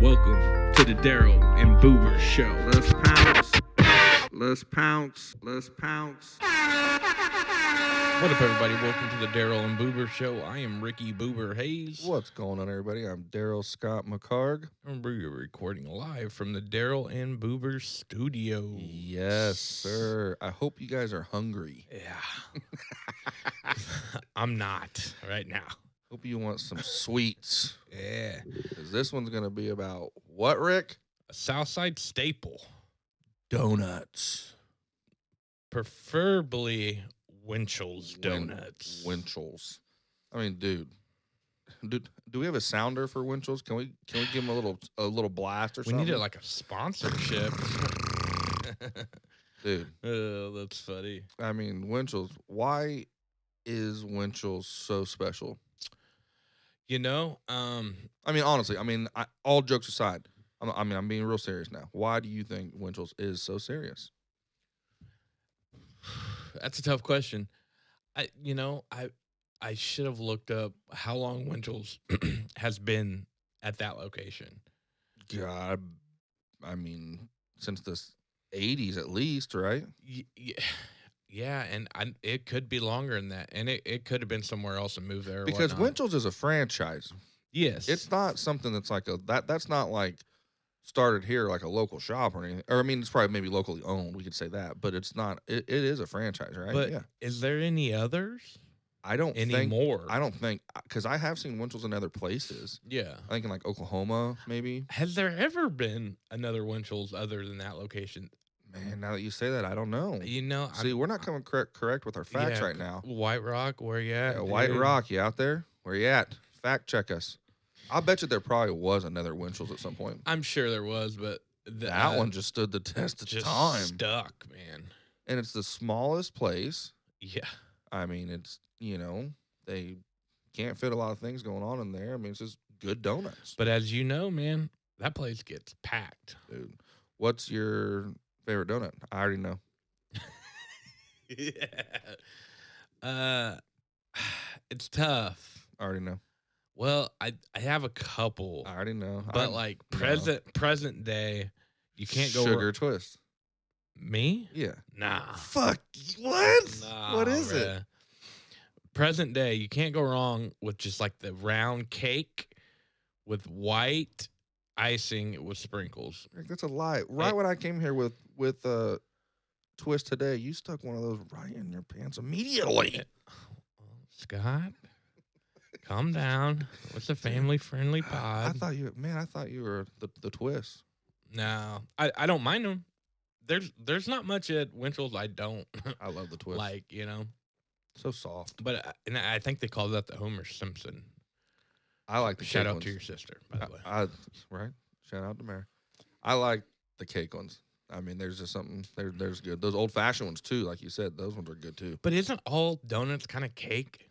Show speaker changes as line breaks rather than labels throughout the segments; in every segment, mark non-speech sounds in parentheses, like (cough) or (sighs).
Welcome to the Daryl and Boober Show. Let's pounce. Let's pounce. Let's pounce.
What up, everybody? Welcome to the Daryl and Boober Show. I am Ricky Boober Hayes.
What's going on, everybody? I'm Daryl Scott McCarg.
And We're recording live from the Daryl and Boober Studio.
Yes, sir. I hope you guys are hungry.
Yeah. (laughs) I'm not right now.
Hope you
(laughs)
want some sweets.
Yeah.
'Cause this one's going to be about what, Rick?
A Southside staple,
Donuts.
preferably Winchell's
Win-
Donuts.
Winchell's. I mean, dude. Do, do we have a sounder for Winchell's? Can we can we give them a little a little blast or
we
something?
needed like a sponsorship. (laughs)
dude.
oh, that's funny.
I mean, Winchell's. Why is Winchell's so special?
You know, um,
I mean, honestly, I mean, I, all jokes aside, I'm, I mean, I'm being real serious now. Why do you think Winchell's is so serious?
That's a tough question. I you know, I I should have looked up how long Winchell's (clears throat) has been at that location.
God, I mean, since the s- 80s at least, right?
Y- y- Yeah, and I, it could be longer than that, and it, it could have been somewhere else and moved there. or
Because
whatnot.
Winchell's is a franchise.
yes,
It's not something that's like a that that's not like started here like a local shop or anything. Or I mean, it's probably maybe locally owned. We could say that, but it's not. It, it is a franchise, right?
but is there any others
I don't think.
anymore?
I don't think because I have seen Winchell's in other places.
Yeah,
I think in like Oklahoma, maybe.
has there ever been another Winchell's other than that location? Mm.
Man, now that you say that, I don't know.
You know,
See, we're not coming correct, correct with our facts
yeah,
right now.
White Rock, where you at?
Yeah, White
dude?
Rock, you out there? Where you at? Fact check us. I bet you there probably was another Winchell's at some point.
I'm sure there was, but the,
that
uh,
one just stood the test of
just
time,
stuck, man.
and it's the smallest place.
Yeah.
I mean, it's you know they can't fit a lot of things going on in there. I mean, it's just good donuts,
But as you know, man, that place gets
(laughs)
packed.
dude. What's your favorite donut? I already know.
yeah. Uh (sighs) it's tough.
I already know.
Well, I I have a couple.
I already know.
but
I'm-
like
no.
present present day, you can't go
sugar
wrong-
twist.
me?
Yeah.
Nah.
Fuck. What?
Nah,
what is it?
bruh. Present day, you can't go wrong with just like the round cake with white icing with sprinkles.
Rick, that's a lie. Right when I came here with with uh twist today, you stuck one of those right in your pants immediately.
Scott, calm down. It's a family friendly pod.
I thought you man, I thought you were the, the twist.
no, I, I don't mind them. There's there's not much at Winchell's I don't
I love the twist.
Uh, like, you know.
so soft.
But I, and I think they call that the Homer Simpson.
I like the
Shout
cake
out
ones.
to your sister, by the way.
I, I- right? Shout out to Mary. I like the cake ones. I mean, there's just something there there's good. Those old fashioned ones too, like you said, those ones are good too.
But isn't all donuts kind of cake?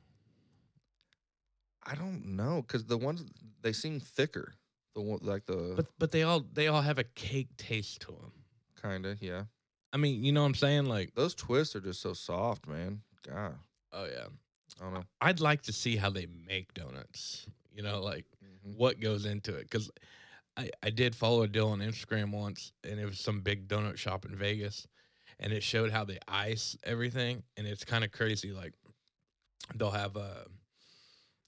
I don't know, because the ones they seem thicker. The one like the
But but they all they all have a cake taste to them.
kinda, yeah.
I mean, you know what I'm saying? Like,
Those twists are just so soft, man. God.
oh yeah.
I don't know.
I'd like to see how they make donuts. You know, like
Mhm.
what goes into it because I, I did follow a deal on instagram once and it was some big donut shop in vegas and it showed how they ice everything and it's kind of crazy like they'll have uh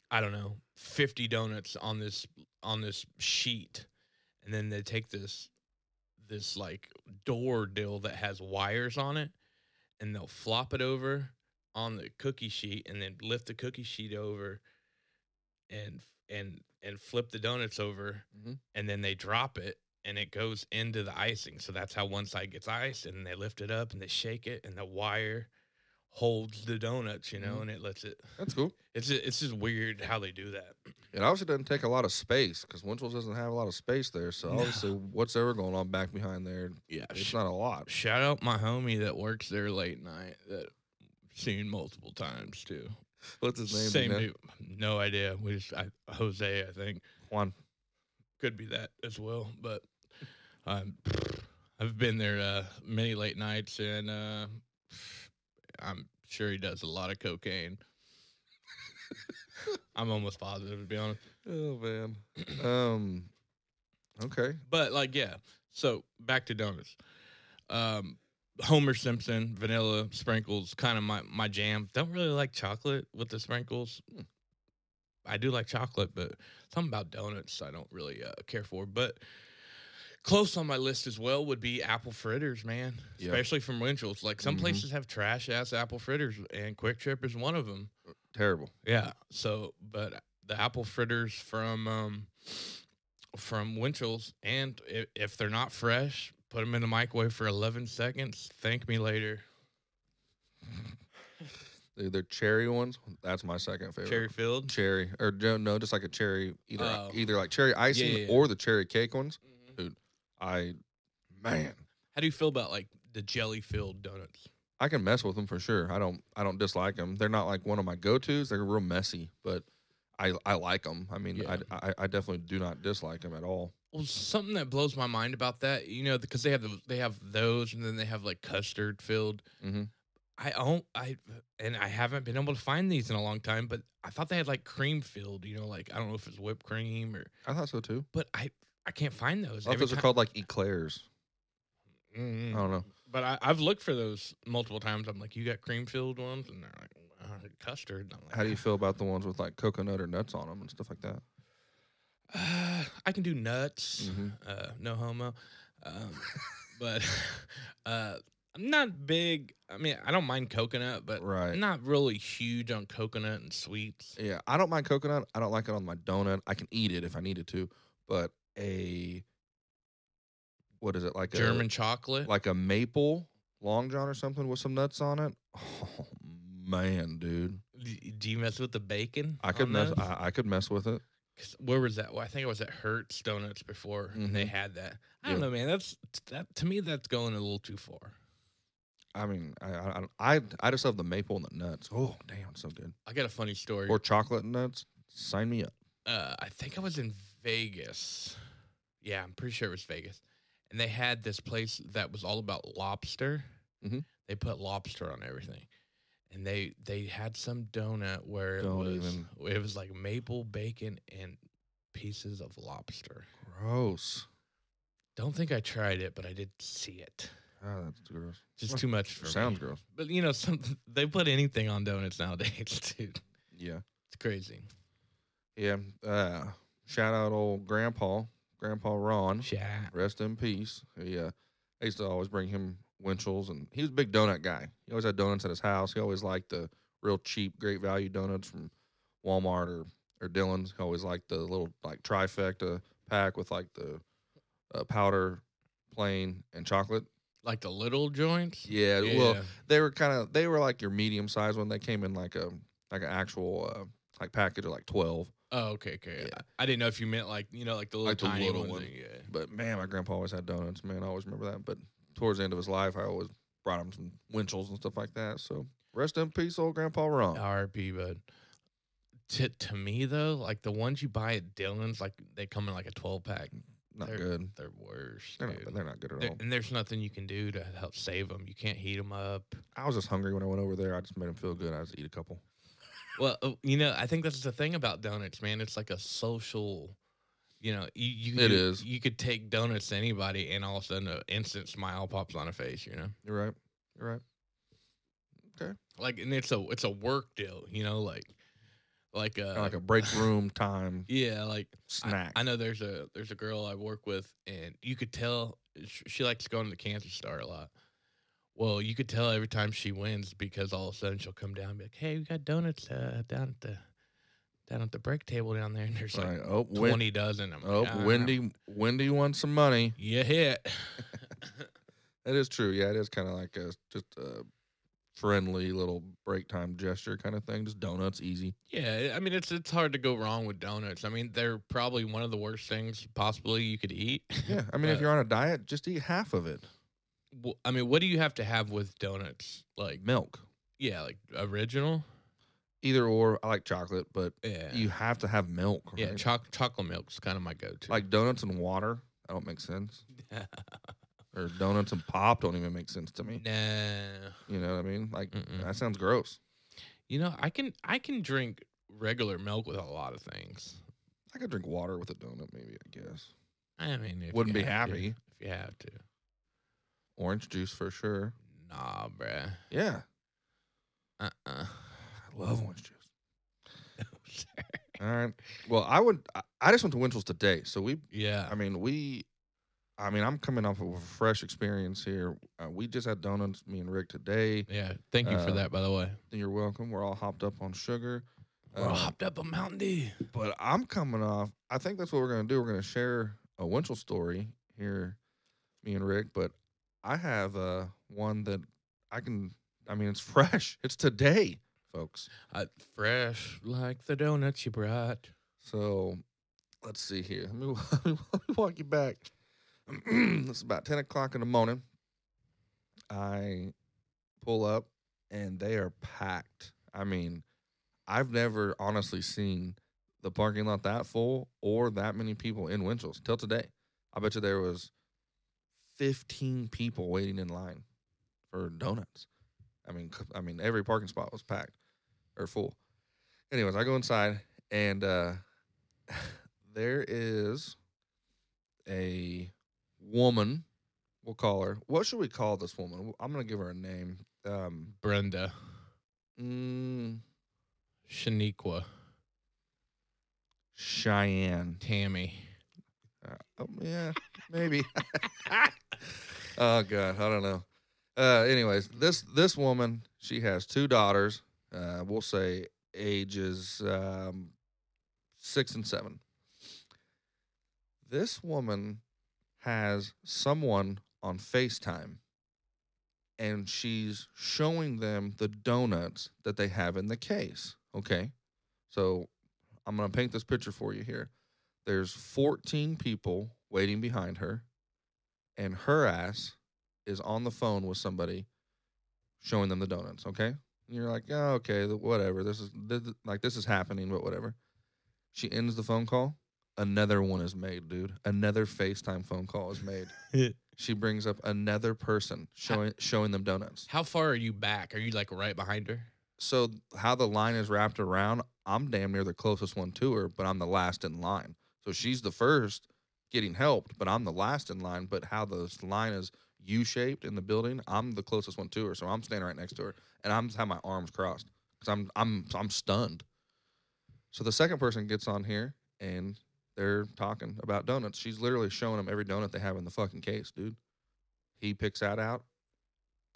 i don't know 50 donuts on this on this sheet and then they take this this like door deal that has wires on it and they'll flop it over on the cookie sheet and then lift the cookie sheet over and and and flip the donuts over
Mhm.
and then they drop it and it goes into the icing so that's how one side gets iced and they lift it up and they shake it and the wire holds the donuts you know
Mhm.
and it lets it
That's cool.
it's ju- it's just weird how they do that
It obviously doesn't take a lot of space because Winchell's doesn't have a lot of space there. So
No.
obviously, what's ever going on back behind there,
yeah
it's not a lot.
shout out my homie that works there late night that seen multiple times too
(laughs) What's his name?
same
you know?
dude no idea we just I, jose i think
Juan.
could be that as well. But um, (sighs) I've been there uh, many late nights, and uh, I'm sure he does a lot of cocaine. (laughs) (clears throat) I'm almost positive, to be honest.
Oh man. um, Okay.
But like, yeah. So back to donuts. Um, Homer Simpson, vanilla sprinkles, kind of my my jam. Don't really like chocolate with the sprinkles.
Hmm.
I do like chocolate, but something about donuts I don't really uh, care for. But close on my list as well would be apple fritters, man.
Yeah.
Especially from Winchell's. Like some
Mhm.
places have trash ass apple fritters, and Quick Trip is one of them.
Terrible.
Yeah. So, but the apple fritters from um from Winchell's, and if, if they're not fresh, put them in the microwave for 11 seconds. Thank me later.
They're, they're cherry ones. That's my second favorite.
Cherry filled.
Cherry or no, no, just like a cherry, either
Oh.
either like cherry icing
yeah, yeah.
or the cherry cake ones.
Mm-hmm.
I, man,
How do you feel about like the jelly filled donuts?
I can mess with them for sure. I don't, I don't dislike them. They're not like one of my go tos. They're real messy, but I, I like them. I mean,
Yeah.
I, I, I definitely do not dislike them at all.
Well, something that blows my mind about that, you know, because they have the, they have those, and then they have like custard filled.
Mhm.
I don't I and I haven't been able to find these in a long time, but I thought they had like cream filled, you know, like I don't know if it's whipped cream or
I thought so too.
but I I can't find those.
I thought
Every
Oh, those are
ti-
called like oh. eclairs.
Mm,
I don't know.
But I, I've looked for those multiple times. I'm like, you got cream filled ones, and they're like uh, custard. I'm like,
How do you feel about the ones with like coconut or nuts on them and stuff like that?
Uh, I can do nuts.
Mhm.
Uh, no homo. Um, but (laughs) uh, I'm not big. I mean, I don't mind coconut, but
Right.
I'm not really huge on coconut and sweets.
Yeah, I don't mind coconut. I don't like it on my donut. I can eat it if I needed to, but a what is it like
German chocolate.
a, like a maple long john or something with some nuts on it? Oh man, dude,
D- do you mess with the bacon?
I could
on
mess.
those?
I, I could mess with it.
'Cause where was that? Well, I think it was at Hertz Donuts before and they
Mhm.
had that. I don't
Yeah.
know, man. That's that to me. That's going a little too far.
I mean, I I I, I just love the maple and the nuts. Oh damn, it's so good.
I got a funny story.
Or chocolate and nuts. Sign me up.
uh, I think I was in Vegas. Yeah, I'm pretty sure it was Vegas. And they had this place that was all about lobster.
Mhm.
They put lobster on everything. And they they had some donut where it
Don't
was
even.
it was like maple bacon and pieces of lobster.
Gross.
Don't think I tried it, but I did see it.
Ah, that's gross.
Just too much for
Sounds
me.
gross.
But you know, some (laughs) they put anything on donuts nowadays, (laughs) dude.
Yeah.
It's crazy.
Yeah. Uh, shout out old grandpa, grandpa Ron.
Chat.
Rest in peace. He, uh, I used to always bring him Winchell's, and he was a big donut guy. He always had donuts at his house. He always liked the real cheap, great value donuts from Walmart or or Dillon's. He always liked the little like trifecta pack with like the uh, powder, plain, and chocolate.
Like the little joints.
Yeah, well, they were kind of they were like your medium size one. They came in like a like an actual uh, like package of like twelve.
Oh, okay, okay.
Yeah.
I, I didn't know if you meant like you know, like the little
Like the
tiny
little
ones
one.
that- Yeah.
But man, my grandpa always had donuts. Man, I always remember that. But towards the end of his life, I always brought him some Winchells and stuff like that. So rest in peace, old Grandpa Ron.
R.P. But to to me though, like the ones you buy at Dillon's, like they come in like a twelve pack.
not
they're,
good.
They're worse.
Mm-hmm. They're
dude.
not, they're not good at
There-
all.
and there's nothing you can do to help save them. You can't heat them up.
I was just hungry when I went over there. I just made him feel good. I just eat a couple.
Well, uh, you know, I think that's the thing about donuts, man. It's like a social. You know, you, you
It
could-
is.
You could take donuts to anybody, and all of a sudden, an instant smile pops on a face. You know,
You're right. You're right.
like, and it's a it's a work deal. You know, like, like uh,
Kinda like a break room time
(laughs) Yeah, like I-
snack.
I, know there's a there's a girl I work with, and you could tell sh- she likes going to the Kansas Star a lot. Well, you could tell every time she wins because all of a sudden she'll come down and be like, "Hey, we got donuts uh, down at the down at the break table down there," and there's like
Right. Oh, Win-
twenty dozen. I'm like,
oh,
"Ah,
Wendy. Wendy wants some money.
you
(laughs)
hit.
That is true. Yeah, it is kind of like a just a friendly little break time gesture kind of thing. Just donuts, easy.
(laughs) (laughs) yeah, I mean it's it's hard to go wrong with donuts. I mean they're probably one of the worst things possibly you could eat. (laughs)
Yeah, I mean, if
But-
you're on a diet, just eat half of it.
Wh- I mean, what do you have to have with donuts? Like,
Milk,
yeah, like original.
either or. I like chocolate, but
Yeah.
you have to have milk. Right?
Yeah, choc- chocolate milk's kind of my go-to. (laughs)
like donuts and water. That don't make sense. Or donuts and pop don't even make sense to me.
nah.
You know what I mean? Like
Mm-mm.
that sounds gross.
You know, I can I can drink regular milk with a lot of things.
I could drink water with a donut, maybe. I guess
I mean, if
Wouldn't
you
be
have to,
happy.
if you have to.
Orange juice for sure.
Nah, bruh.
Yeah.
Uh uh
I love orange juice.
(laughs) Oh,
All right. Well, I would. I- I just went to Winchell's today, so we.
yeah.
I mean, we. I mean, I'm coming off of a fresh experience here. Uh, we just had donuts, me and Rick today.
Yeah. Thank you for
Uh,
that, by the way.
You're welcome. We're all hopped up on sugar.
We're all
Um,
hopped up on Mountain Dew.
But I'm coming off. I think that's what we're gonna do. We're gonna share a Winchell story here, me and Rick. But I have uh, one that I can. I mean, it's (laughs) fresh. It's today, folks.
Uh, fresh like the donuts you brought.
So let's see here. Let me, (laughs) let me walk you back. (clears throat) it's about 10 o'clock in the morning. I pull up and they are packed. I mean, I've never honestly seen the parking lot that full or that many people in Winchell's till today. I bet you there was 15 people waiting in line for donuts. I mean, c- I mean every parking spot was packed or full. Anyways, I go inside and uh (laughs) there is a woman we'll call her what should we call this woman i'm gonna give her a name um
Brenda.
mm,
Shaniqua.
cheyenne
Tammy.
Uh, oh, yeah maybe (laughs) oh god i don't know uh anyways this this woman she has two daughters uh we'll say ages um six and seven this woman has someone on FaceTime and she's showing them the donuts that they have in the case. Okay. So I'm going to paint this picture for you here. There's 14 people waiting behind her, and her ass is on the phone with somebody showing them the donuts. Okay. And you're like, oh, okay, th- whatever. This is th- th- like, this is happening, but whatever. She ends the phone call. Another one is made, dude. Another FaceTime phone call is made she brings up another person showing showing them donuts.
How far are you back? Are you like right behind her?
So how the line is wrapped around, I'm damn near the closest one to her, but I'm the last in line. So she's the first getting helped, but I'm the last in line. But how this line is U shaped in the building, I'm the closest one to her. So I'm standing right next to her, and I'm have my arms crossed because I'm I'm I'm stunned. So the second person gets on here and they're talking about donuts. She's literally showing them every donut they have in the fucking case, dude. He picks that out.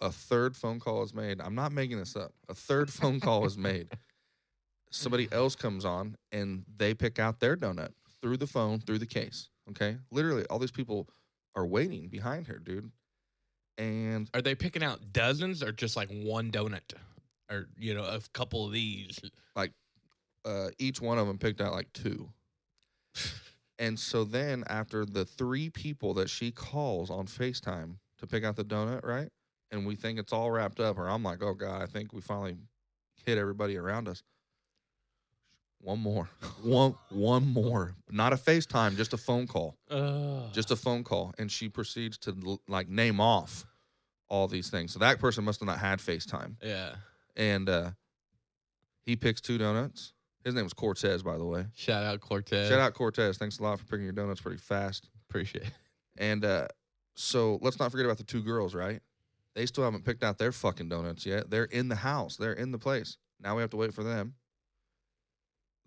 A third phone call is made. I'm not making this up. A third phone call is made. Somebody else comes on and they pick out their donut through the phone, through the case. Okay. Literally, all these people are waiting behind her, dude. And
Are they picking out dozens or just like one donut? Or, you know, a couple of these?
uh, each one of them picked out like two. and so then after the three people that she calls on FaceTime to pick out the donut, right? And we think it's all wrapped up, or I'm like, oh God, I think we finally hit everybody around us. One more. (laughs) One one more. Not a FaceTime, just a phone call
Uh,
just a phone call and she proceeds to l- like name off all these things so that person must have not had facetime
Yeah.
and uh he picks two donuts his name was cortez by the way
Shout out Cortez.
shout out cortez thanks a lot for picking your donuts pretty fast
Appreciate it.
and uh so let's not forget about the two girls right they still haven't picked out their fucking donuts yet they're in the house they're in the place now we have to wait for them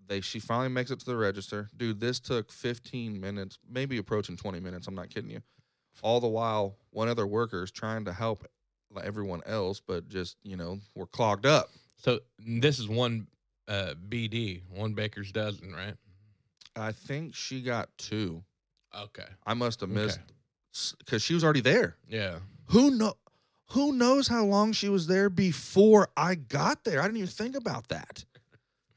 they she finally makes it to the register dude this took 15 minutes maybe approaching 20 minutes i'm not kidding you all the while one other worker is trying to help like, everyone else but just you know we're clogged up
So this is one uh, BD, one baker's dozen, right?
i think she got two
Okay.
i must have
Okay.
missed because she was already there
Yeah.
Who know who knows how long she was there before I got there? I didn't even think about that.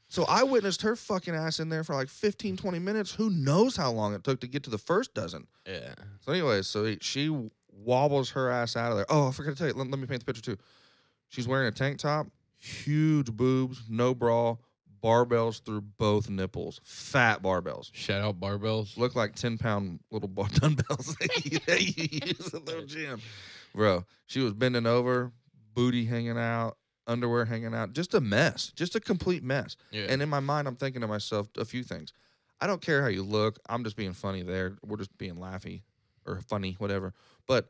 So I witnessed her fucking ass in there for like 15, 20 minutes. Who knows how long it took to get to the first dozen?
Yeah.
So, anyways, so he- she wobbles her ass out of there. Oh, I forgot to tell you. Let, let me paint the picture too. She's wearing a tank top, huge boobs, no bra, barbells through both nipples, fat barbells.
Shout out barbells.
Look like 10 pound little bar- (laughs) dumbbells that you that you use in the gym. Bro, she was bending over, booty hanging out, underwear hanging out. Just a mess. Just a complete mess.
Yeah.
And in my mind, I'm thinking to myself a few things. I don't care how you look. I'm just being funny there. We're just being laughy or funny, whatever. But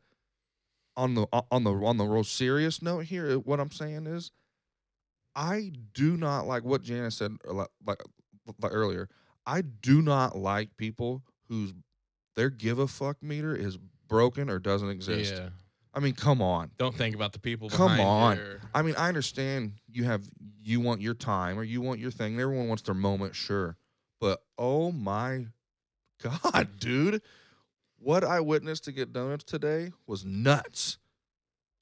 on the on the on the real serious note here, uh, what I'm saying is, I do not like what Janice said a lot- like, like earlier. I do not like people whose their give a fuck meter is broken or doesn't exist.
Yeah.
I mean, come on.
Don't think about the people.
Come
behind
on.
your-
I mean, I understand you have you want your time or you want your thing. Everyone wants their moment, sure. But oh my (laughs) god, dude. What I witnessed to get donuts today was nuts.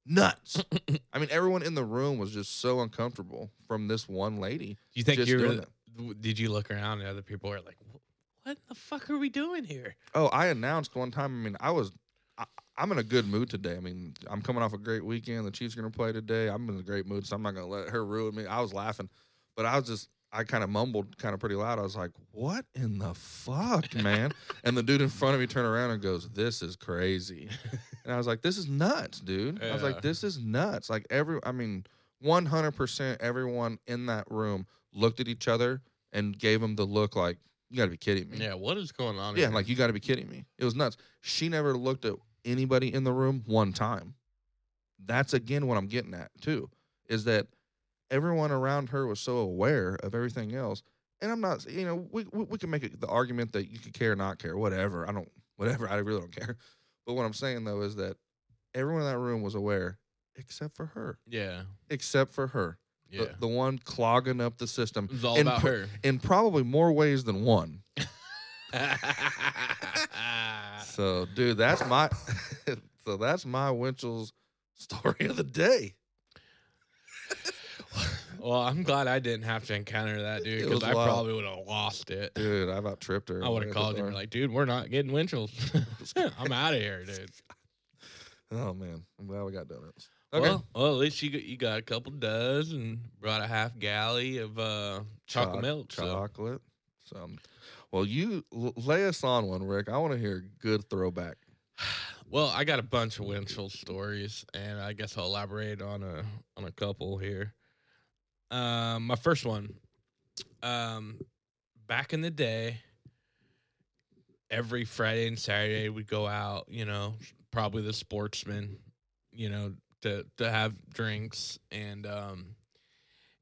Nuts. I mean, everyone in the room was just so uncomfortable from this one lady.
Do you think
just
you
doing
were? w- Did you look around and other people are like, "Wh- "What the fuck are we doing here?"
Oh, I announced one time. I mean, I was I, I'm in a good mood today. I mean, I'm coming off a great weekend. The Chiefs are going to play today. I'm in a great mood, so I'm not going to let her ruin me. I was laughing, but I was just I kind of mumbled kind of pretty loud. I was like, "What in the fuck, man?" and the dude in front of me turned around and goes, "This is crazy." and I was like, "This is nuts, dude." I was
Yeah.
like, "This is nuts." Like every I mean, 100% everyone in that room looked at each other and gave them the look like, "You got to be kidding me."
Oh, Yeah, what is going on?
Yeah,
here?
like you got to be kidding me. It was nuts. She never looked at anybody in the room one time. That's again what I'm getting at too, is that everyone around her was so aware of everything else. And I'm not, you know, we we, we can make it the argument that you could care, not care, whatever. I don't, whatever. I really don't care. But what I'm saying though is that everyone in that room was aware, except for her,
yeah,
except for her,
yeah.
the, the one clogging up the system
it was all
and
about
put-
her. (laughs)
in probably more ways than one. So, dude, that's my (laughs) so that's my Winchell's story of the day.
well, I'm glad I didn't have to encounter that dude
It
because
was
I
wild.
probably would have lost it.
Dude, I about tripped her.
I would have called him like, dude, we're not getting
(laughs)
Winchell's. (laughs) I'm out of here, dude.
"Oh man, I'm glad we got donuts." (laughs) Okay,
Well, well, at least you got, you got a couple does and brought a half galley of uh, chocolate
Choc-
milk. So.
chocolate. Some. Well, you l- lay us on one, Rick. I want to hear a good throwback.
Well, I got a bunch of Winchell stories, and I guess I'll elaborate on a on a couple here. Um, my first one, um, back in the day, every Friday and Saturday we'd go out. You know, probably the sportsman. You know, to to have drinks, and um,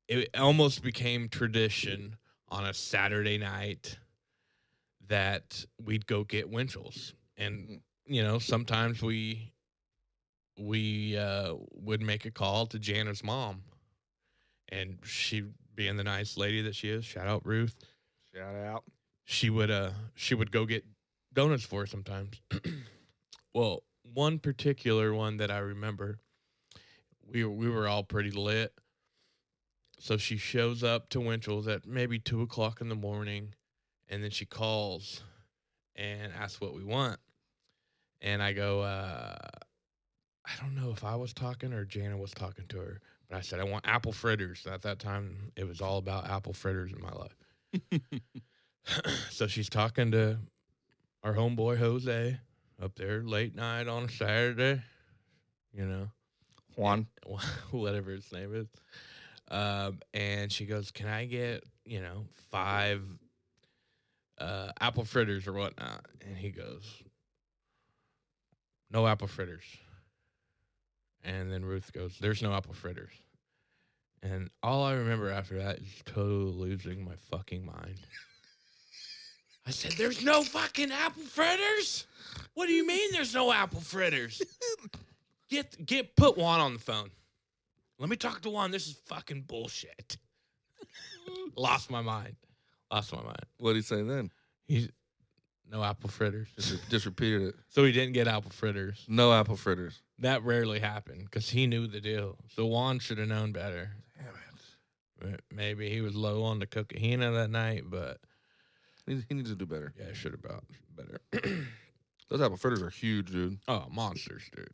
it almost became tradition on a Saturday night that we'd go get Winchell's and
Mm-hmm.
you know, sometimes we we uh would make a call to Jana's mom. And she being the nice lady that she is, shout out Ruth,
Shout out.
she would uh she would go get donuts for us sometimes. (clears throat) well, one particular one that I remember, we we were all pretty lit. So she shows up to Winchell's at maybe two o'clock in the morning, and then she calls and asks what we want. And I go, uh, I don't know if I was talking or Jana was talking to her, but I said I want apple fritters. At that time, it was all about apple fritters in my life so she's talking to our homeboy Jose up there late night on a Saturday, you know,
Juan.
(laughs) whatever his name is. Um, and she goes, Can I get, you know, five uh, apple fritters or whatnot? And he goes, No apple fritters. And then Ruth goes, There's no apple fritters. And all I remember after that is totally losing my fucking mind. I said, There's no fucking apple fritters? What do you mean there's no apple fritters? Get get put Juan on the phone. Let me talk to Juan. This is fucking bullshit. Lost my mind. Lost my mind.
What would he say then?
He's no apple fritters.
Just, (laughs) re- just repeated it.
So he didn't get apple fritters.
No apple fritters.
That rarely happened because he knew the deal. So Juan should have known better.
Damn it.
But Maybe he was low on the cocaine that night, but
He, he needs to do better.
yeah, should have bought better. (clears throat)
Those apple fritters are huge, dude.
Oh, monsters, dude.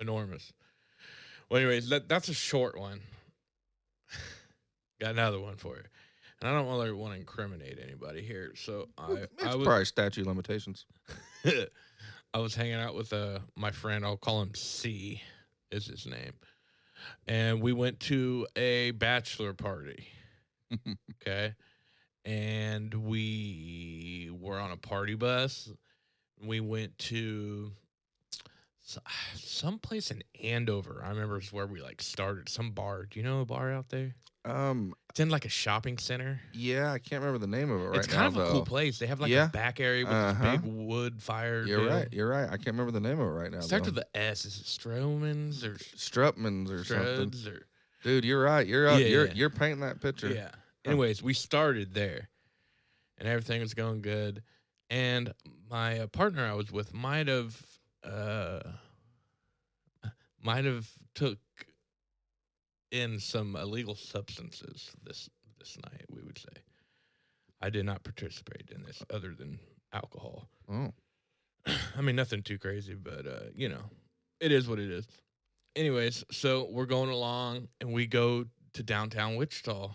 Enormous. Well, anyways, that, that's a short one. (sighs) Got another one for you. And I don't really want to incriminate anybody here. So I,
it's
I, was,
probably statute of limitations.
(laughs) I was hanging out with uh, my friend. I'll call him C, is his name.
(laughs)
And we went to a bachelor party. Okay. and we were on a party bus. We went to s- (sighs) someplace in Andover. I remember is where we like started some bar. Do you know a bar out there?
Um,
It's in like a shopping center.
yeah, I can't remember the name of it right
it's
now.
kind of a cool
though.
place. They have like
Yeah.
a back area with
Uh-huh.
this big wood fire.
You're
deal.
right. You're right. I can't remember the name of it right now.
Starts
though.
with the S. Is it Stroman's or
Strutmans or something.
Strode's or
Dude, you're right. You're up.
Yeah,
you're
yeah.
you're painting that picture.
Yeah. Anyways, we started there and everything was going good. And my uh, partner I was with might have uh might have took in some illegal substances this this night, we would say. I did not participate in this other than alcohol.
Oh.
(clears throat) I mean, nothing too crazy, but uh, you know, it is what it is. Anyways, so we're going along and we go to downtown Wichita,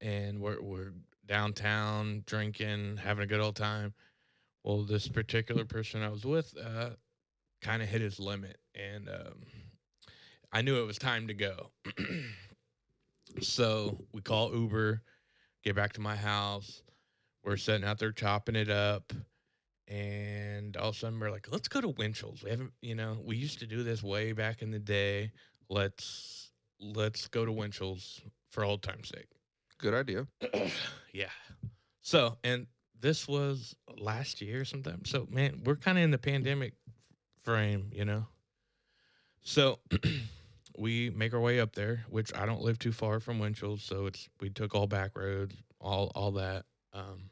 and we're we're downtown drinking, having a good old time. Well, this particular person I was with, uh, kind of hit his limit, and um, I knew it was time to go. (clears throat) so we call Uber, get back to my house. We're sitting out there chopping it up and all of a sudden we're like, let's go to Winchell's. We haven't, you know, we used to do this way back in the day. Let's let's go to Winchell's for old time's sake.
Good idea.
(clears throat) yeah. So, and this was last year sometime. So, man, we're kind of in the pandemic frame, you know? So, (clears throat) we make our way up there, which I don't live too far from Winchell. So, it's, we took all back roads, all, all that. Um,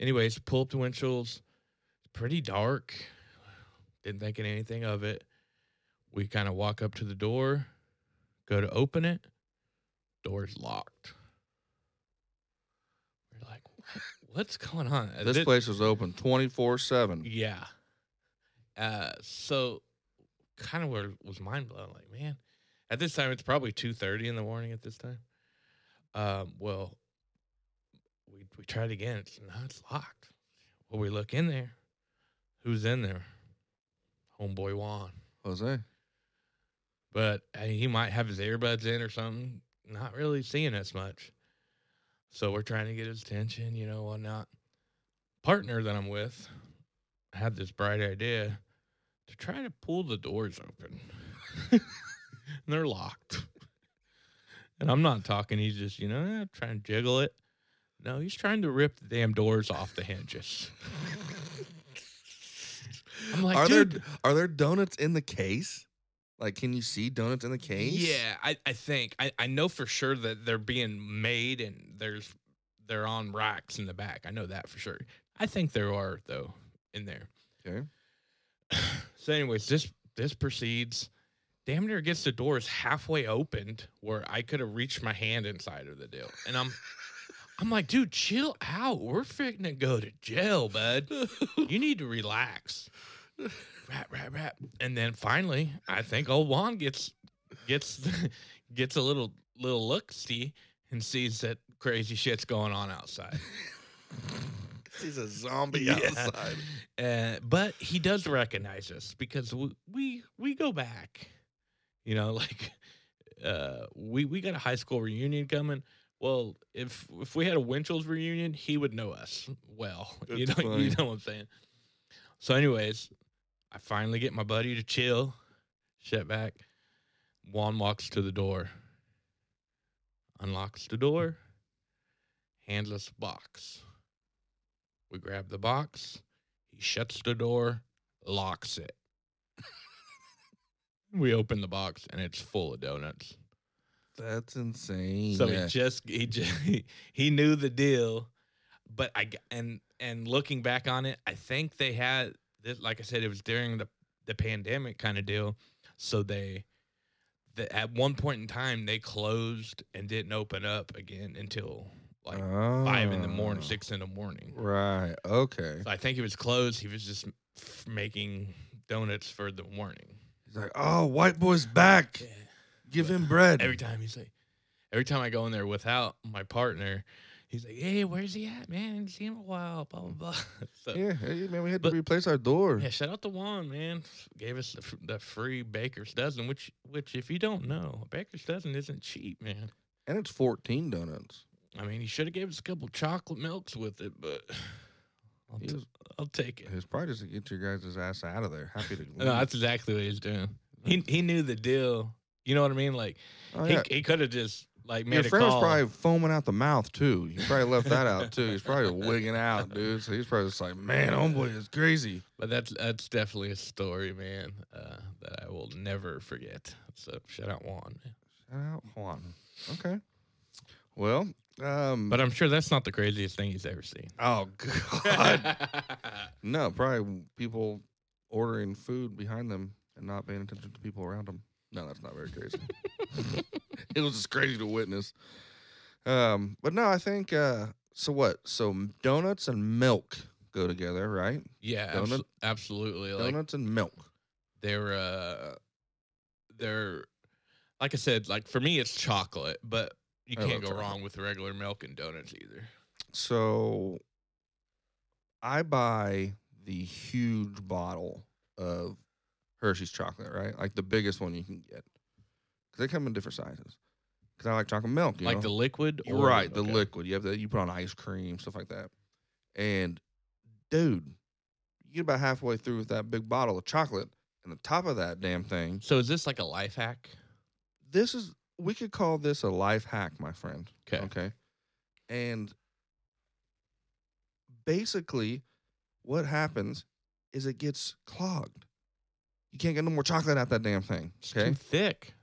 anyways, pull up to Winchell's. Pretty dark. Didn't think anything of it. We kind of walk up to the door, go to open it. Door's locked. We're like, "What- what's going on? Uh,
This
thi-
place was open 24 7.
yeah. Uh, so kind of where was mind blown. Like, man, at this time it's probably two thirty in the morning. At this time, um, well, we we tried again. It's no, it's locked. Well, we look in there. Who's in there? Homeboy Juan.
Jose.
But uh, he might have his earbuds in or something. Not really seeing us much. So we're trying to get his attention, you know, whatnot. Partner that I'm with had this bright idea to try to pull the doors open. (laughs) and they're locked. And I'm not talking, he's just, you know, eh, trying to jiggle it. No, he's trying to rip the damn doors off the hinges. I'm (laughs) like,
are
dude,
there are there donuts in the case? Like, can you see donuts in the case? (laughs)
Yeah, (laughs) I, I think I, I know for sure that they're being made and there's they're on racks in the back. I know that for sure. I think there are though in there.
Okay.
(sighs) So, anyways, this this proceeds. Damn near gets the doors halfway opened where I could have reached my hand inside of the deal, and I'm. I'm like, dude, chill out. We're fitting to go to jail, bud. You need to relax. Rap, rap, rap. And then finally, I think old Juan gets gets (laughs) gets a little little look see and sees that crazy shit's going on outside.
He's a zombie
Yeah.
outside.
Uh, but he does recognize us because we we, we go back. You know, (laughs) like uh, we we got a high school reunion coming. Well, if if we had a Winchell's reunion, he would know us well. (laughs) you know,
That's funny.
you know what I'm saying. So, anyways, I finally get my buddy to chill, shut back. Juan walks to the door, unlocks the door, hands us a box. We grab the box. He shuts the door, locks it. (laughs) we open the box and it's full of donuts.
That's insane.
So he just he just (laughs) he knew the deal, but I g- and and looking back on it, I think they had this. Like I said, it was during the the pandemic kind of deal, so they. The, at one point in time, they closed and didn't open up again until like five in the morning,
Oh,
six in the morning.
Right. Okay.
So I think it was closed. He was just f- making donuts for the morning.
He's like, oh, white boy's back. Give him bread.
Every time he's like, every time I go in there without my partner, he's like, "Hey, where's he at, man? I haven't seen him in a while." Blah blah (laughs) blah. So yeah,
Yeah, hey, man, we had
But-
to replace our door.
shout out to Juan, man. Gave us the, f- the free baker's dozen, which which if you don't know, a baker's dozen isn't cheap, man.
And it's 14 donuts.
I mean, he should have gave us a couple chocolate milks with it, but I'll,
He
t-
was-
I'll take it.
It's probably just to get your guys' ass out of there. Happy to.
(laughs) No, that's exactly what he's doing. He he knew the deal. You know what I mean? Like
Oh,
he,
yeah.
he could have just like made
Your
a
friend was
call.
probably foaming out the mouth too. You probably left that out too. He's probably wigging out, dude. So he's probably just like, man, homeboy is crazy.
But that's that's definitely a story, man, uh, that I will never forget. So shout out Juan. man.
Shout out Juan. Okay. Well, um,
But I'm sure that's not the craziest thing he's ever
(laughs)
seen. (laughs)
oh god, No, probably people ordering food behind them and not paying attention to people around them. No, that's not
(laughs)
very crazy. it was just crazy to witness. Um, but no, I think uh, so. What? So m- donuts and milk go together, right?
yeah,
Donut-
abso- absolutely. Like
Donuts and milk.
they're uh, they're like I said, like for me it's chocolate, but you
I love
can't go
chocolate.
wrong with regular milk and donuts either.
So I buy the huge bottle of Hershey's chocolate, right? Like the biggest one you can get because they come in different sizes. Because I like chocolate milk, you
like
know?
the liquid,
You're right, the liquid. You have that. You put on ice cream, stuff like that. And dude, you get about halfway through with that big bottle of chocolate, and the top of that damn thing.
So is this like a life hack?
This is we could call this a life hack, my friend.
Okay.
Okay. And basically, what happens is it gets clogged. You can't get no more chocolate out that damn thing.
It's
Okay,
too thick.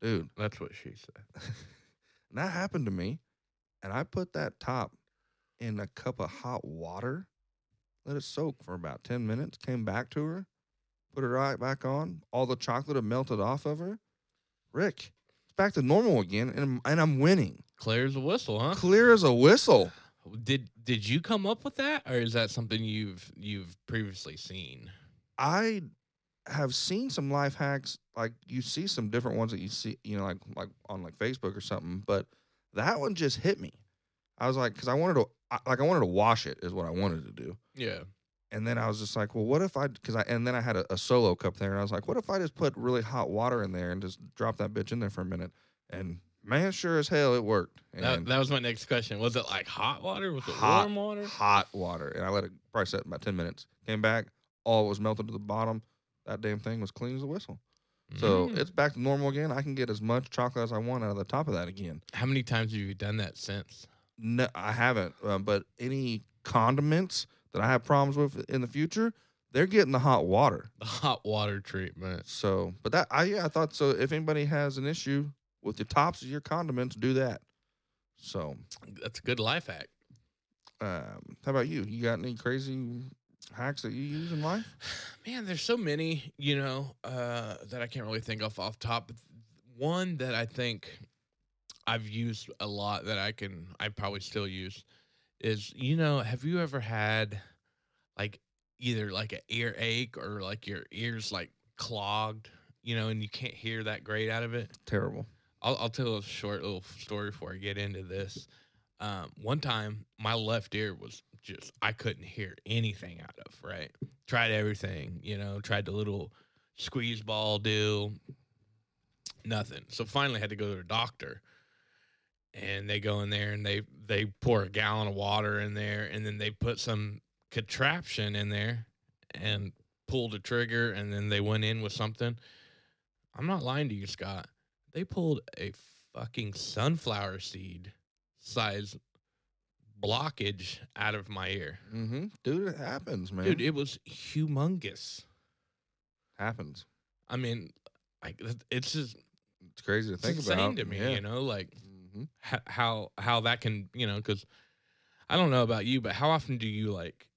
dude.
That's what she said.
(laughs) and that happened to me. And I put that top in a cup of hot water, let it soak for about 10 minutes, came back to her, put it right back on. All the chocolate had melted off of her. Rick, it's back to normal again, and I'm, and I'm winning.
Clear as a whistle, huh?
Clear as a whistle.
Did did you come up with that, or is that something you've you've previously seen?
I have seen some life hacks, like you see some different ones that you see, you know, like like on like Facebook or something. But that one just hit me. I was like, because I wanted to, I, like, I wanted to wash it is what I wanted to do.
Yeah,
and then I was just like, well, what if I? Because I and then I had a, a solo cup there, and I was like, what if I just put really hot water in there and just drop that bitch in there for a minute? And man, sure as hell, it worked.
that,
And
that was my next question. Was it like hot water? Was it
Hot-
warm water?
hot water, and I let it probably set about ten minutes. Came back, all was melted to the bottom. That damn thing was clean as a whistle. So
Mm.
it's back to normal again. I can get as much chocolate as I want out of the top of that again.
how many times have you done that since?
No, I haven't. Uh, but any condiments that I have problems with in the future, they're getting the hot water.
The hot water treatment.
So, but that I yeah, I thought so. If anybody has an issue with the tops of your condiments, do that. So,
That's a good life hack.
um, how about you? You got any crazy hacks that you use in life?
Man, there's so many, you know, uh, that I can't really think of off top. But One that I think I've used a lot that I can, I probably still use is, you know, have you ever had like either like an earache or like your ears like clogged, you know, and you can't hear that great out of it?
Terrible.
I'll, I'll tell a short little story before I get into this. Um, one time, my left ear was just, I couldn't hear anything out of, right? Tried everything, you know, tried the little squeeze ball deal, nothing. So finally had to go to the doctor. And they go in there and they they pour a gallon of water in there and then they put some contraption in there and pulled a trigger and then they went in with something. I'm not lying to you, Scott. They pulled a fucking sunflower seed size blockage out of my ear.
Mm-hmm. Dude, it happens, man.
Dude, it was humongous.
happens.
I mean, like th- it's just
It's crazy to
it's
think
insane
about.
to me,
Yeah.
you know, like
Mhm.
h- how how that can, you know, cuz I don't know about you, but how often do you like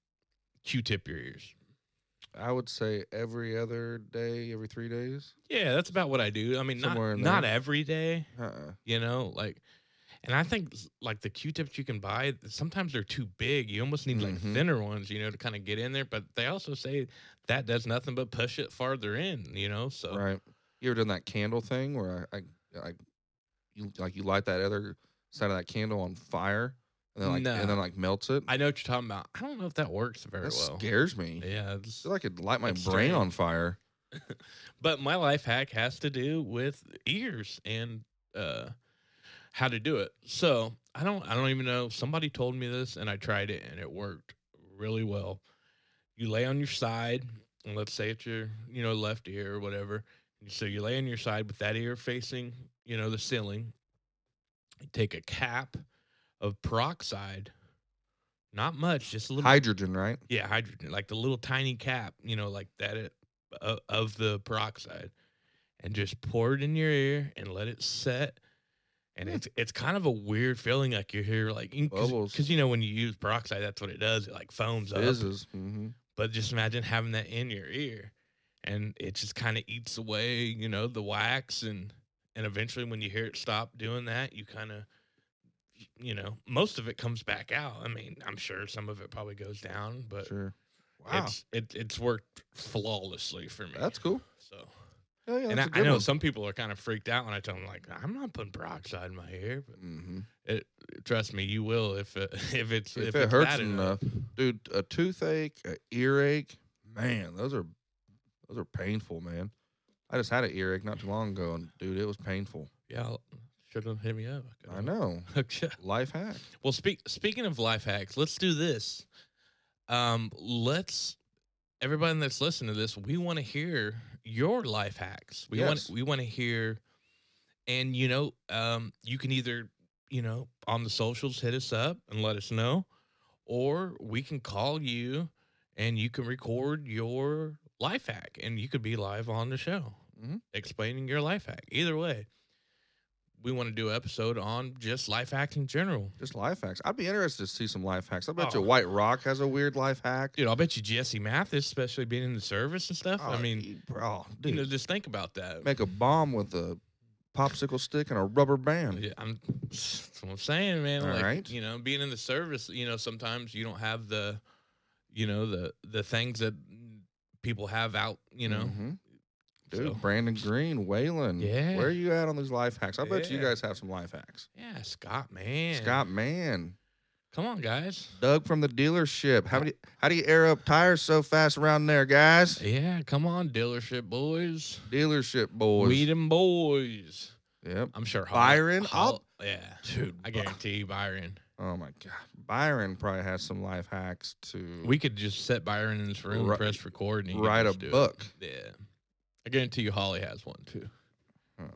Q-tip your ears?
I would say every other day, every three days.
Yeah, that's about what I do. I mean, not
Somewhere in
not
there.
every day,
Uh-uh.
you know like and i think s- like the q-tips you can buy sometimes they're too big you almost need like
Mhm.
thinner ones you know to kind of get in there but they also say that does nothing but push it farther in you know so
Right. You ever done that candle thing where I, I, I, you like you light that other side of that candle on fire and then like
No.
and then like melts it?
i know what you're talking about i don't know if that works very
that
well
scares me.
yeah it's-
feel like it'd light my
That's
brain on fire.
but my life hack has to do with ears and uh how to do it. So I don't I don't even know. Somebody told me this and I tried it and it worked really well. You lay on your side, and let's say it's your, you know, left ear or whatever. So you lay on your side with that ear facing, you know, the ceiling. You take a cap of peroxide, not much, just a little
Hydrogen, right?
yeah, hydrogen, like the little tiny cap, you know, like that it, of, of the peroxide, and just pour it in your ear and let it set. And
Hmm.
it's it's kind of a weird feeling, like you're here, like because
Bubbles.
you know when you use peroxide, that's what it does. It like foams up.
Fizzes. Mm-hmm.
But just imagine having that in your ear, and it just kind of eats away, you know, the wax, and and eventually when you hear it stop doing that, you kind of, you know, most of it comes back out. I mean, I'm sure some of it probably goes down, but
Sure. Wow.
it's it, it's worked flawlessly for me.
that's cool.
So,
Yeah, yeah,
and I,
that's a
I
good
know
one.
some people are kind of freaked out when I tell them like I'm not putting peroxide in my ear, but
Mhm.
trust me, you will if it, (laughs) if it's
If,
if,
it
it's
hurts
bad
enough, dude, a toothache, a earache, man, those are those are painful, man. I just had an earache not too long ago, and dude, it was painful.
Yeah, should have hit me up.
I know.
Okay.
Life hack.
Well, speak, speaking of life hacks, let's do this. Um, let's everybody that's listening to this, we want to hear your life hacks. We want
Yes.
we want to hear, and you know, um, you can either you know on the socials hit us up and let us know, or we can call you and you can record your life hack, and you could be live on the show
Mhm.
explaining your life hack. Either way. We want to do an episode on just life hacks in general.
Just life hacks. I'd be interested to see some life hacks. I bet
Oh.
you White Rock has a weird life hack.
Dude, I'll bet you Jesse Mathis, especially being in the service and stuff. I
Oh,
mean,
he- bro,
you
dude,
know, just think about that.
make a bomb with a popsicle stick and a rubber band.
Uh, Yeah, I'm, that's what I'm saying, man.
All
like,
right.
you know, being in the service, you know, sometimes you don't have the, you know, the the things that people have out, you know.
Mhm. dude,
So-
Brandon Green, Waylon,
Yeah.
where are you at on these life hacks? I bet you
Yeah.
guys have some life hacks.
Yeah, Scott, man.
Scott, man,
come on, guys.
Doug from the dealership. How do you, how do you air up tires so fast around there, guys?
Yeah, come on, dealership boys,
Dealership boys.
weed and boys.
Yep.
I'm sure Hol-
Byron,
Hol- yeah,
Dude,
I
Bi-
guarantee you, Byron.
Oh my God, Byron probably has some life hacks to
We could just set Byron in this room,
Ri-
press record, and he could
write a
just do it.
book.
Yeah. I guarantee you Holly has one too.
Huh.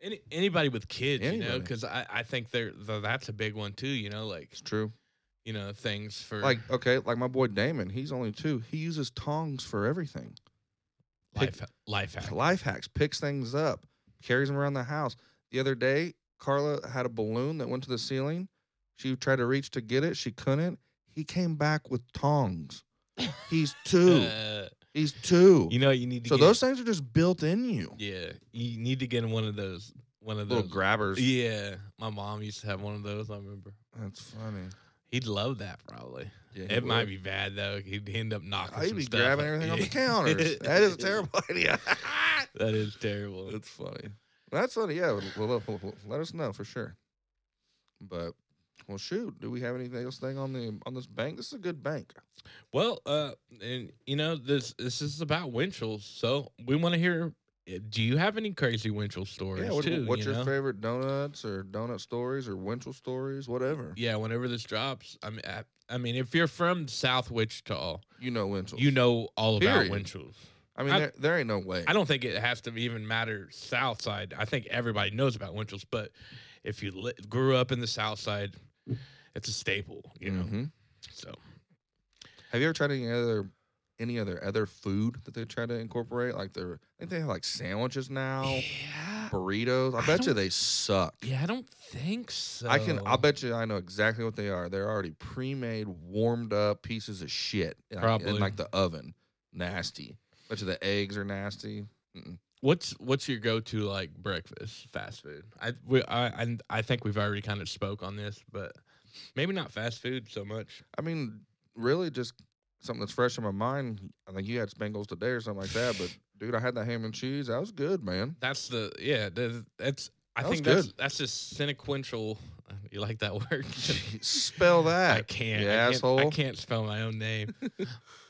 Any anybody with kids, you know,
Anybody.
because I, I think they're the, that's a big one too. You know, like
It's true.
you know things for
Like okay, like my boy Damon, he's only two. He uses tongs for everything.
life life hack.
Life hacks, picks things up, carries them around the house. The other day, Carla had a balloon that went to the ceiling. She tried to reach to get it, she couldn't. He came back with tongs. He's
(laughs)
two.
Uh,
He's two.
you know, you need to
so
get,
those things are just built in you.
yeah, you need to get one of those one of
Little
those.
grabbers.
yeah, my mom used to have one of those. I remember.
That's funny.
He'd love that probably.
Yeah,
it might be bad though. He'd end up knocking.
I'd
some
be
stuff
grabbing
up.
everything off
Yeah. (laughs)
the counters. That is a terrible (laughs) idea.
that is terrible.
That's funny. That's funny. Yeah. well, Let, let- let us know for sure. But well, shoot. Do we have anything else thing on the on this bank? This is a good bank.
Well, uh, and you know this this is about Winchell's, so we want to hear. uh, Do you have any crazy Winchell stories
yeah. What,
too?
what's
you
your
know?
favorite donuts or donut stories or Winchell stories? Whatever.
Yeah, whenever this drops, I mean, I, I mean, if you're from South Wichita,
You know Winchell.
you know all about
Period.
Winchell's.
I mean,
I-
there, there ain't no way.
I don't think it has to even matter South Side. I think everybody knows about Winchell's, but if you li- grew up in the South Side, it's a staple, you know.
Mhm.
So
Have you ever tried any other any other other food that they try to incorporate? Like they I think they have like sandwiches now,
yeah,
burritos. I
I
bet you
don't-
they suck.
yeah, I don't think so.
I can. I bet you. I know exactly what they are. They're already pre-made, warmed up pieces of shit. like,
Probably.
in like the oven. Nasty. Bet you the eggs are nasty. Mm-mm.
What's what's your go to like breakfast fast food? I we I I, I think we've already kind of spoke on this, but maybe not fast food so much.
I mean, really, just something that's fresh in my mind. I think you had Spangles today or something like that. But dude, I had that ham and cheese. That was good, man.
That's the yeah. th- That's I
That was
think that's that's just sequential. (laughs) You like that word?
Spell that.
(laughs) I can't.
You
I can't-
asshole.
I can't spell my own
(laughs)
name.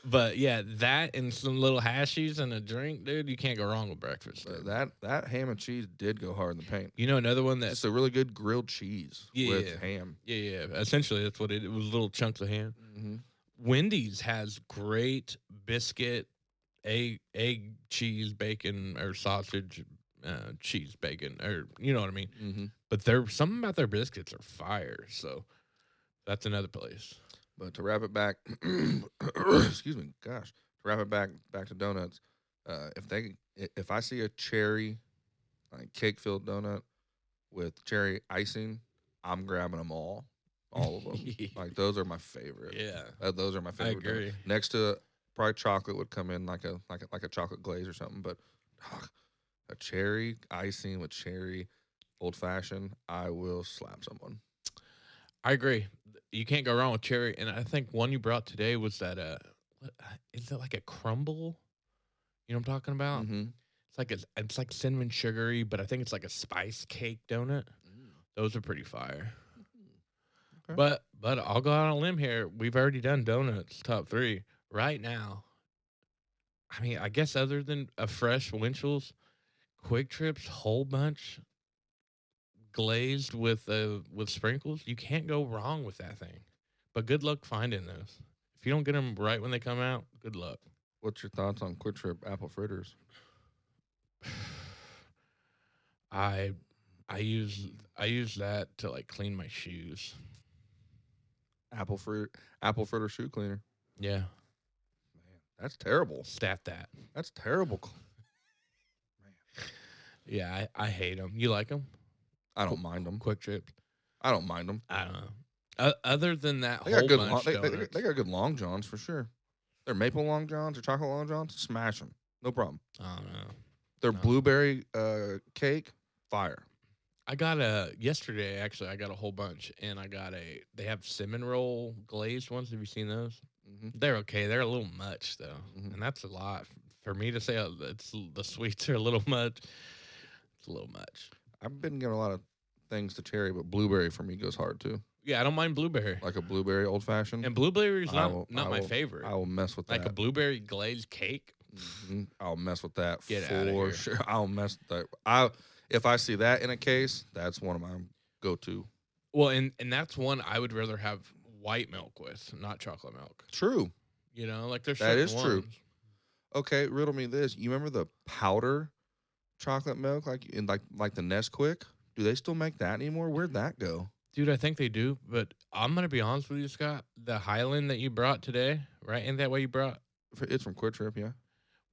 but yeah, that and some little hashies and a drink, dude. You can't go wrong with breakfast.
But
dude.
that that ham and cheese did go hard in the paint.
you know another one
It's
that
just a really good grilled cheese
Yeah.
with ham.
yeah, yeah. Essentially, that's what it, it was. Little chunks of ham.
Mm-hmm.
Wendy's has great biscuit, egg, egg, cheese, bacon, or sausage, uh, cheese, bacon, or you know what I mean.
Mm-hmm.
But they're something about their biscuits are fire. So that's another place.
But to wrap it back, (coughs) excuse me, gosh, to wrap it back back to donuts. Uh, if they i- if I see a cherry like cake filled donut with cherry icing, I'm grabbing them all,
(laughs)
all of them. like those are my favorite.
yeah,
Uh, those are my
I
favorite. donut.
agree.
Next to probably chocolate would come in like a like a, like a chocolate glaze or something, but ah, a cherry icing with cherry old fashioned, I will slap someone.
I agree. You can't go wrong with cherry. And I think one you brought today was that uh, what, is it like a crumble? You know what I'm talking about?
Mm-hmm.
It's like a, it's like cinnamon sugary, but I think it's like a spice cake donut. Those are pretty fire.
Okay.
But but I'll go out on a limb here. We've already done donuts top three right now. I mean, I guess other than a fresh Winchell's, Quick Trips, whole bunch, glazed with uh with sprinkles, you can't go wrong with that thing. But good luck finding those. If you don't get them right when they come out, good luck.
What's your thoughts on Quick Trip apple fritters?
(sighs) I I use I use that to like clean my shoes.
Apple fruit, apple fritter shoe cleaner.
Yeah,
Man, that's terrible.
stat that.
That's terrible. cl-
Yeah, I, I hate them. You like them?
I don't mind them.
Quick Trip.
I don't mind them.
I don't know. O- other than that
They
whole
got good. Long,
bunch
they, they- they
donuts,
got good long johns for sure. They're maple long johns or chocolate long johns. Smash them. No problem.
I don't know.
Their
No.
blueberry uh, cake, fire.
I got a yesterday actually. I got a whole bunch, and I got a. They have cinnamon roll glazed ones. Have you seen those?
Mm-hmm.
They're okay. They're a little much though,
Mhm.
and that's a lot for me to say. uh, It's the sweets are a little (laughs) much. It's a little much.
I've been giving a lot of things to cherry, but blueberry for me goes hard too.
Yeah, I don't mind blueberry.
Like a blueberry old fashioned.
and blueberry is
Mm-hmm. I
not
will-
not
I
my
will-
favorite.
I will mess with
like a
that.
blueberry glazed cake.
Mhm. I'll mess with that
Get
for
outta here.
sure. I'll mess with that. I if I see that in a case, that's one of my go to.
Well, and and that's one I would rather have white milk with, not chocolate milk.
True.
You know, like there's
That
certain
is true.
ones.
Okay, riddle me this. You remember the powder chocolate milk like in like like the Nesquik? Do they still make that anymore? Where'd that go?
Dude, I think they do, but I'm gonna be honest with you, Scott. The Highland that you brought today, right? And that way you brought.
F- It's from Quick Trip, yeah.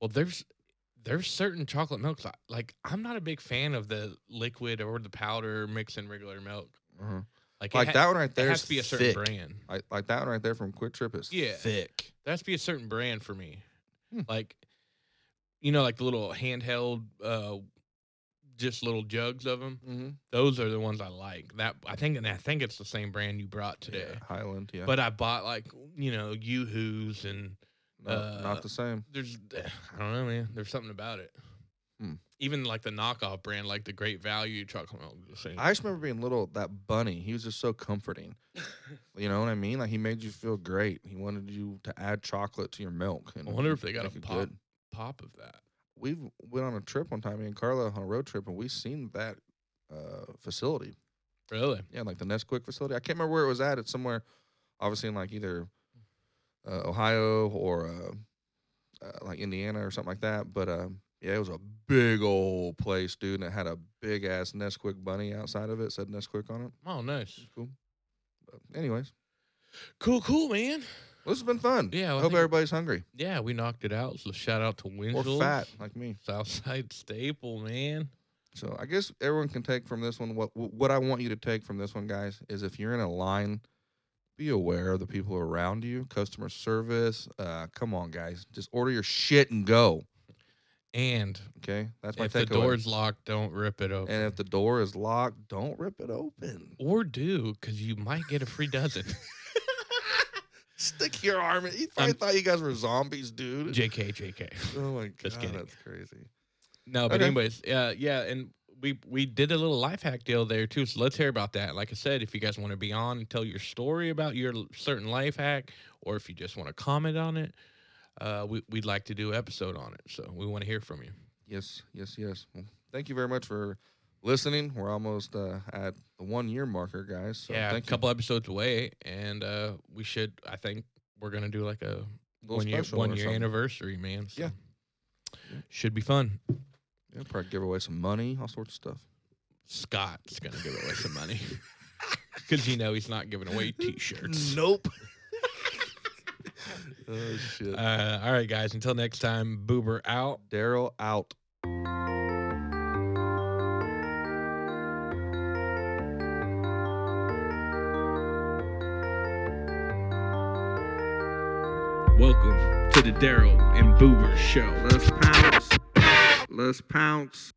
Well, there's there's certain chocolate milks. I- Like I'm not a big fan of the liquid or the powder mixed in regular milk.
Uh-huh.
Like,
Like
it ha-
that one right there
It has
is
to be a certain
thick.
brand.
Like, like that one right there from Quick Trip is
Yeah.
thick.
There has to be a certain brand for me.
Hmm.
Like, you know, like the little handheld, uh, just little jugs of them.
Mm-hmm.
Those are the ones I like. That I think, and I think it's the same brand you brought today.
Highland, yeah.
But I bought like you know Yoo-Hoo's and
No,
uh,
not the same.
there's (sighs) I don't know man. There's something about it.
Hmm.
Even like the knockoff brand, like the Great Value chocolate milk. is the same.
I just remember being little, that bunny, he was just
(laughs)
so comforting. you know what I mean? Like he made you feel great. He wanted you to add chocolate to your milk. And
I wonder if they got
make
a
it
pop
good.
pop of that.
We've went on a trip one time, me and Carla on a road trip, and we seen that uh, facility.
Really?
Yeah, like the Nesquik facility. I can't remember where it was at. It's somewhere, obviously in like either uh, Ohio or uh, uh, like Indiana or something like that. But um, yeah, it was a big old place, dude, and it had a big ass Nesquik bunny outside of it. Said Nesquik on it.
Oh, nice.
Cool. But anyways,
Cool, cool, man.
this has been fun.
Yeah, well,
I
I
hope
think-
everybody's hungry
Yeah, we knocked it out. So shout out to
or
Winslow.
fat like me.
Southside (laughs) staple, man.
So I guess everyone can take from this one what what I want you to take from this one, guys, is if you're in a line, be aware of the people around you. Customer service. Uh, come on, guys, just order your shit and go.
And
Okay, that's my
if the
takeaway.
door's locked, don't rip it open.
and if the door is locked, don't rip it
(laughs)
open.
or do, because you might get a free
(laughs)
dozen.
Stick your arm. in. He probably
I'm-
thought you guys were zombies, dude.
JK, JK.
(laughs) oh my god,
Just kidding.
that's crazy.
No, but
Okay.
anyways, yeah, yeah, and we we did a little life hack deal there too. So let's hear about that. Like I said, if you guys want to be on and tell your story about your l- certain life hack, or if you just want to comment on it, uh, we we'd like to do an episode on it. So we want to hear from you.
Yes, yes, yes. Well, thank you very much for listening. We're almost uh, at the one year marker, guys. So
yeah, a
thank you.
couple episodes away, and uh, we should. I think we're gonna do like a
Little
one year
special
one
or
year
something.
anniversary, man. So
Yeah.
should be fun.
Yeah, probably give away some money, all sorts of stuff.
Scott's gonna give away some money (laughs) because you know he's not giving
(laughs)
away t-shirts.
Nope. (laughs) oh shit.
Uh, all right, guys. Until next time, Boober out.
Daryl out.
Welcome to the Daryl and Boober Show. Let's pounce. Let's pounce.